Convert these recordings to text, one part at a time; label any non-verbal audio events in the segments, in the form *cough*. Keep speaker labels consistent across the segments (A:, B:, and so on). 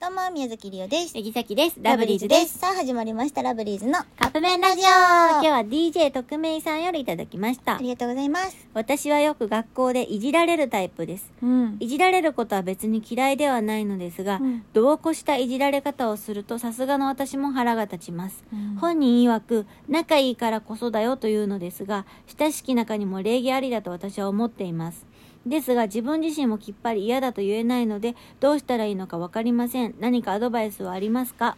A: どうも、宮崎りおです。
B: 杉崎です。ラブリーズです。
A: す。さあ、始まりました、ラブリーズの。あ
B: カップ麺ラジオ今日は DJ 特命さんよりいただきました。
A: りがとうございます。
B: 私はよく学校でいじられるタイプです。
A: うん。
B: いじられることは別に嫌いではないのですが、
A: うん
B: 度を越したいじられ方をするとさすがの私も腹が立ちます。本人曰く仲いいからこそだよというのですが、親しき中にも礼儀ありだと私は思っています。ですが自分自身もきっぱり嫌だと言えないので、どうしたらいいのかわかりません。何かアドバイスはありますか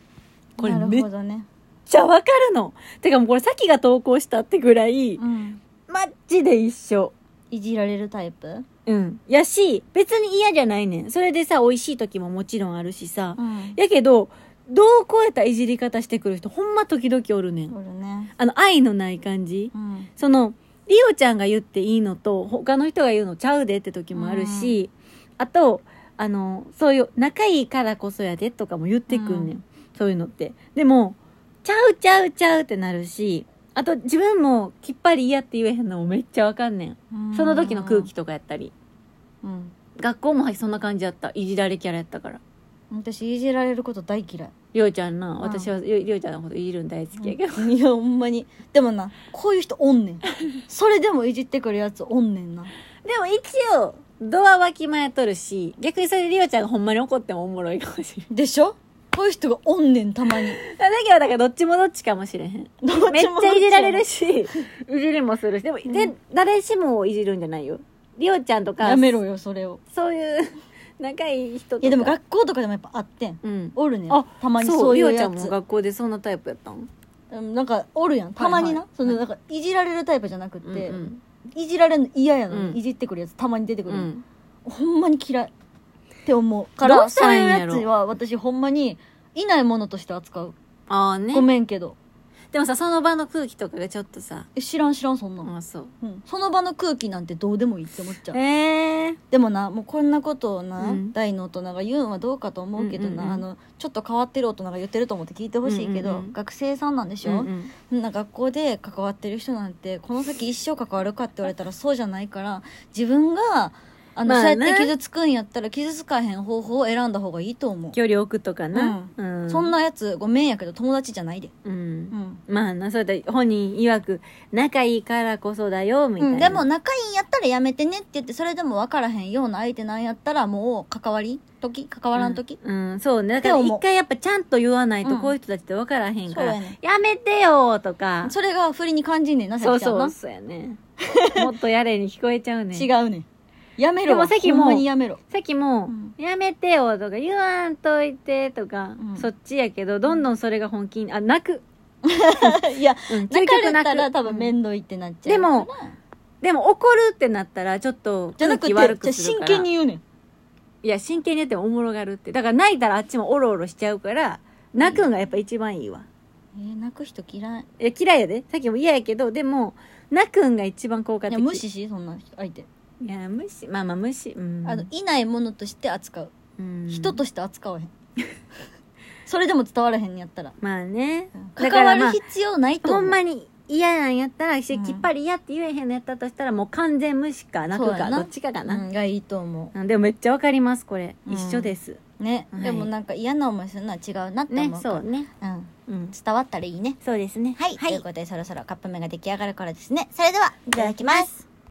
B: これ
A: な
B: め
A: る
B: っ
A: ほどね。
B: ちゃわかるの。てかもうこれさきが投稿したってぐらい、
A: うん。
B: マッチで一緒。
A: いじられるタイプ
B: うん。やし、別に嫌じゃないねん。それでさ、美味しい時ももちろんあるしさ。
A: ん。
B: やけど、どう超えたいじり方してくる人、ほんま時々おるねん。
A: そうだね。
B: あの、愛のない感じ。
A: うん。
B: その、リオちゃんが言っていいのと、他の人が言うのちゃうでって時もあるし、あと、あの、そういう、仲いいからこそやでとかも言ってくんねん。
A: うん
B: そういうのって。でも、ちゃうちゃうちゃうってなるし、あと自分もきっぱり嫌って言えへんのもめっちゃわかんねん。その時の空気。とかやったり。
A: うん。
B: 学校もそんな感じやった。いじられキャラやったから。
A: 私、いじられること大嫌い。
B: りょうちゃんな、
A: ん
B: 私はりょりょうちゃんのこといじるん大好きやけど。
A: うんいや、ほんまに。でもな、こういう人おんねん。それでもいじってくるやつおんねんな。
B: でも一応、ドア脇前とるし、逆にそれでりょうちゃんがほんまに怒ってもおもろいかもしれん。
A: でしょこういう人がおんねん、たまに。
B: だけど、だからどっちもどっちかもしれへん。
A: どっちも
B: めっちゃいじられるし、いじりもするし、でも、で、誰しもをいじるんじゃないよ。りおちゃんとか、
A: やめろよ、それを。
B: そういう、仲いい人とか。
A: いや、でも学校とかでもやっぱあってん。
B: うん。
A: おるねん。
B: あ、
A: たまにそういう
B: りおちゃ
A: や
B: んも
A: つ。
B: 学校でそんなタイプやったん
A: うんなんかおるやんたまにな、
B: はいはい
A: そのなんかいじられるタイプじゃなくって、
B: うんうん
A: いじられるの嫌やのに、
B: うん
A: いじってくるやつたまに出てく
B: う
A: るやん、
B: ん。
A: ほんまに嫌いって思うから
B: どうしたらいいんやろ
A: そういうやつは私ほんまにいないものとして扱う、
B: ああね
A: ご。めんけど
B: でもさ、その場の空気とかがちょっとさ、
A: え知らん知らんそんなの、
B: あそう。
A: うんその場の空気なんてどうでもいいって思っちゃう
B: ええ
A: でもなもうこんなことをな、
B: うん
A: 大の大人が言うんはどうかと思うけどな、
B: うんうんうん
A: あのちょっと変わってる大人が言ってると思って聞いてほしいけど、
B: うんうんうん
A: 学生さんなんでしょ、そんな学校で関わってる人なんてこの先一生関わるかって言われたらそうじゃないから自分があの、
B: まあ
A: そう
B: ね
A: やって傷つくんやったら傷つかへん方法を選んだ方がいいと思う、
B: 距離置くとかな。うん
A: そん、なやつごめんやけど友達じゃないで、
B: うん
A: う。ん
B: まあな、そうだ、本人曰く、仲いいからこそだよ、みたい
A: で
B: な。
A: も仲いいんやったらやめてねって言ってそれでも分からへんような相手なんやったらもう関わり時関わらん時、
B: うん、うんそうね。だから
A: って思う
B: 一回やっぱちゃんと言わないと、
A: うん
B: こういう人たちって分からへんか
A: そう
B: ら、
A: やね
B: やめてよとか、
A: それが不利に感じんねんなさ
B: そ
A: き
B: う
A: ちゃん
B: そ
A: な
B: う、そうやね。もっとやれに聞こえちゃうね。
A: 違
B: う。
A: うねんやめろ
B: でもさっきも
A: ほんまにやめ
B: *laughs*
A: ろ
B: さっきも、
A: うん
B: やめてよとか、言わんといてとか、
A: うん
B: そっちやけど、どんどんそれが本気に、あ、泣く。
A: い *laughs* や
B: うん、
A: 泣かれ
B: 泣
A: たら多分
B: う
A: 面
B: ん
A: 倒いってなっちゃ
B: で
A: うから、
B: も、でも怒るってなったら、ちょっと、
A: じゃなくて、
B: 空気悪くす
A: じゃあ
B: るか
A: 真
B: ら
A: 剣に言うねん。
B: いや、真剣にやってもおもろがるって。だから泣いたらあっちもおろおろしちゃうから、泣くんがやっぱ一番いいわ。
A: えー、泣く人嫌い。
B: いや、嫌いやで。さっきも嫌やけど、でも、泣くんが一番効果
A: い
B: 的。
A: や、無視。し、そんな相手。
B: いや、無視。まあまあ無視。うん。
A: あの、いないものとして扱う。
B: うん
A: 人。として扱わへん。 *laughs* それでも伝わらへんやったら。
B: まあね。だか
A: 関わ
B: らま
A: る
B: あ、
A: 必要ないと思
B: ほ
A: う。
B: んまに嫌なんやったら、し
A: うん
B: きっぱり嫌って言えへんのやったとしたら、もう完全無視か、泣く
A: そうや
B: か、
A: な
B: どっちかか
A: う
B: な。
A: ん、がいいと思
B: うん、でもめっちゃわかります、これ。
A: うん
B: 一緒です。
A: う。ね。
B: はい
A: でもなんか嫌な思いするのは違うなって
B: ね
A: 思、うか
B: そ
A: ら。
B: うね。
A: うん。
B: うん。
A: 伝わったらいいね。
B: そうですね。
A: はい。ということで、そろそろカップ麺が出来上がる頃ですね。それでは、いただきます。